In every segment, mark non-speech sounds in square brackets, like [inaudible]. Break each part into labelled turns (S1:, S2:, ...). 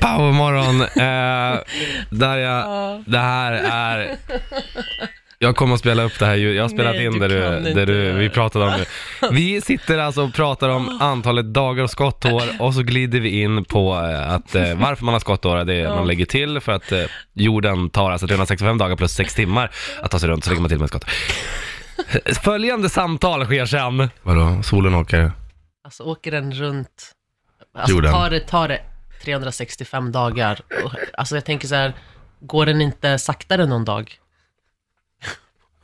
S1: Powermorgon, eh, där jag, det här är... Jag kommer att spela upp det här ljudet. jag har spelat
S2: Nej,
S1: in
S2: du
S1: det
S2: kan
S1: du, det
S2: inte. Ah.
S1: du, vi pratade om nu. Vi sitter alltså och pratar om antalet dagar och skottår och så glider vi in på eh, att eh, varför man har skottår, det är att man lägger till för att eh, jorden tar alltså 365 dagar plus 6 timmar att ta sig runt, så lägger man till med ett skottår. Följande samtal sker sen. Vadå, solen åker?
S2: Alltså åker den runt, alltså
S1: Jorden.
S2: tar det, tar det 365 dagar. Och, Alltså jag tänker så här, går den inte saktare någon dag?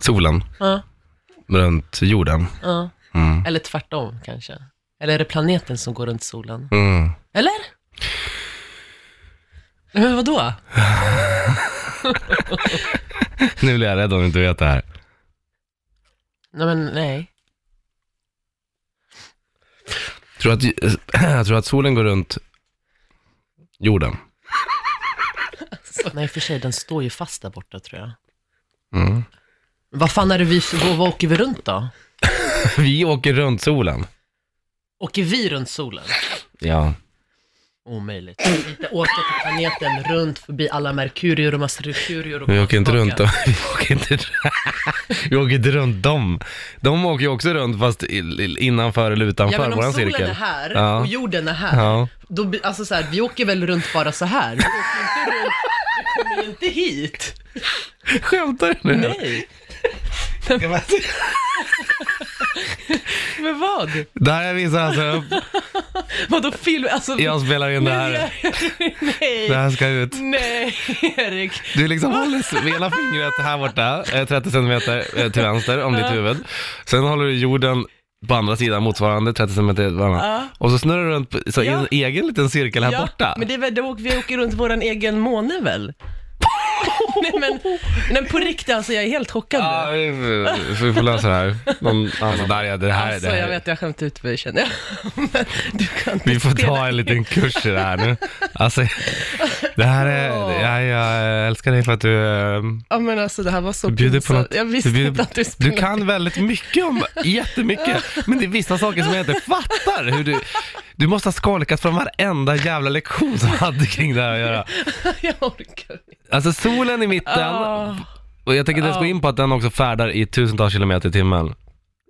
S1: Solen
S2: Ja,
S1: runt jorden.
S2: ja.
S1: Mm.
S2: Eller tvärtom kanske. Eller är det planeten som går runt solen?
S1: Mm.
S2: Eller? Men vadå?
S1: Nu blir jag rädd om du inte vet det här.
S2: Nej men
S1: [laughs]
S2: nej.
S1: Tror att, jag tror att [clears throat] solen går runt jorden. [laughs]
S2: Nej i och för sig, den står ju fast där borta tror jag.
S1: Mm.
S2: Vad fan är det vi, vad, vad åker vi runt då?
S1: Vi åker runt solen.
S2: Åker vi runt solen?
S1: Ja.
S2: Omöjligt. Inte åka till planeten runt förbi alla Merkurier och Merkurier och
S1: Vi åker inte
S2: tillbaka.
S1: runt dem. [laughs] Vi åker inte, vi åker inte runt [laughs] dem. De åker ju också runt fast i- i- innanför eller
S2: Ja
S1: utanför
S2: men om
S1: våran
S2: solen
S1: cirkel.
S2: är här
S1: Ja.
S2: och jorden är här,
S1: Ja.
S2: då, blir- alltså så här, vi åker väl runt bara så här? Vi åker inte runt, vi kommer ju inte hit.
S1: Skämtar du nu?
S2: Nej.
S1: [laughs]
S2: Men vad?
S1: Där visar alltså upp.
S2: Vadå film? Alltså,
S1: Jag spelar in det här. Det
S2: nej,
S1: här ska ut.
S2: nej, Erik.
S1: Du liksom håller med ena fingret här borta, eh, 30 centimeter eh, till vänster om ditt huvud. Sen håller du jorden på andra sidan motsvarande 30 centimeter till varandra.
S2: Ja.
S1: Och så snurrar du runt på- så i en
S2: Ja.
S1: egen liten cirkel här
S2: Ja,
S1: borta.
S2: Men det är väl, då åker, vi åker runt våran egen måne väl? [laughs] nej, men, nej men på riktigt alltså, jag är helt chockad
S1: Ja,
S2: nu.
S1: vi, får- vi får lösa det här. Någon, alltså, där, är- det här,
S2: Alltså,
S1: det
S2: jag
S1: här.
S2: vet, jag har skämt ut mig känner jag. [laughs] Men du kan inte
S1: Vi får ta
S2: spela-
S1: en liten kurs i det här nu.
S2: [laughs]
S1: Alltså, det här är, jag, jag älskar dig för att du, eh,
S2: Ja men alltså det här var så
S1: du bjuder på
S2: pinsamt.
S1: något.
S2: Jag visste
S1: du, bjuder-
S2: inte att du
S1: du
S2: spelade.
S1: kan väldigt mycket om, jättemycket, men det är vissa saker som jag inte fattar. Hur du, du måste ha skolkat från varenda jävla lektion som hade kring det här att göra.
S2: jag orkar inte.
S1: Alltså solen i mitten,
S2: Ah.
S1: och jag tänker inte ens gå in på att den också färdar i tusentals kilometer i timmen.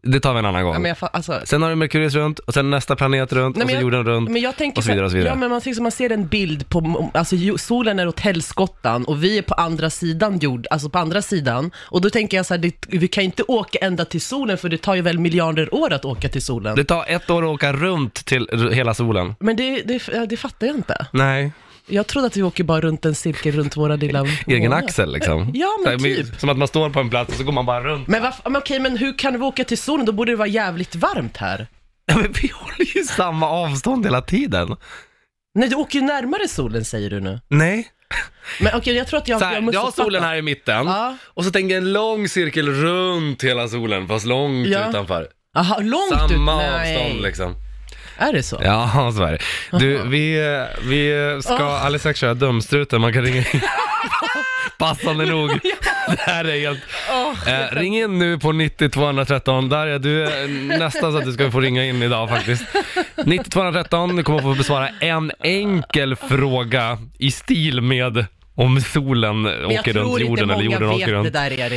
S1: Det tar vi en annan gång.
S2: Ja, men jag, fa- alltså,
S1: Sen har du Merkurius runt, och sen nästa planet runt,
S2: Nej,
S1: och
S2: men
S1: så
S2: jag-
S1: jorden runt.
S2: men jag tänker
S1: och så vidare, och så vidare.
S2: Ja, men man, liksom, man ser en bild på, alltså ju- solen är åt helskotttan och vi är på andra sidan jord, alltså på andra sidan. Och då tänker jag så här, det, vi kan inte åka ända till solen för det tar ju väl miljarder år att åka till solen.
S1: Det tar ett år att åka runt till r- hela solen.
S2: men det, det, ja, det fattar jag inte.
S1: Nej.
S2: Jag trodde att vi åker bara runt en cirkel runt våra lilla...
S1: Egen
S2: månar.
S1: axel liksom.
S2: Ja, men
S1: Så här,
S2: typ.
S1: Som att man står på en plats och så går man bara runt.
S2: Men, varf- men okej, men hur kan vi åka till solen? Då borde det vara jävligt varmt här.
S1: Ja, men vi håller ju samma avstånd hela tiden.
S2: Nej, du åker ju närmare solen säger du nu.
S1: Nej.
S2: Men okej, jag tror att jag,
S1: Så här,
S2: Alltså, jag
S1: jag,
S2: måste
S1: har solen här i mitten
S2: Ja.
S1: och så tänker jag en lång cirkel runt hela solen, fast långt
S2: Ja.
S1: utanför.
S2: Aha, långt ut.
S1: Samma
S2: Nej.
S1: avstånd liksom.
S2: Är det så?
S1: Ja, [laughs] så är det. Du, vi, eh, vi eh, ska
S2: Åh.
S1: alldeles strax köra dumstruten, man kan ringa
S2: [laughs]
S1: in. Passande nog. [laughs] Det här är helt... Eh, ring in nu på 90 213. Darja, du är nästan så att du ska få ringa in idag faktiskt. 90 213, du kommer få besvara en enkel fråga i stil med om solen
S2: Men jag
S1: åker
S2: tror
S1: runt
S2: inte
S1: jorden eller
S2: många
S1: jorden
S2: vet
S1: åker
S2: det
S1: runt.
S2: där Erik.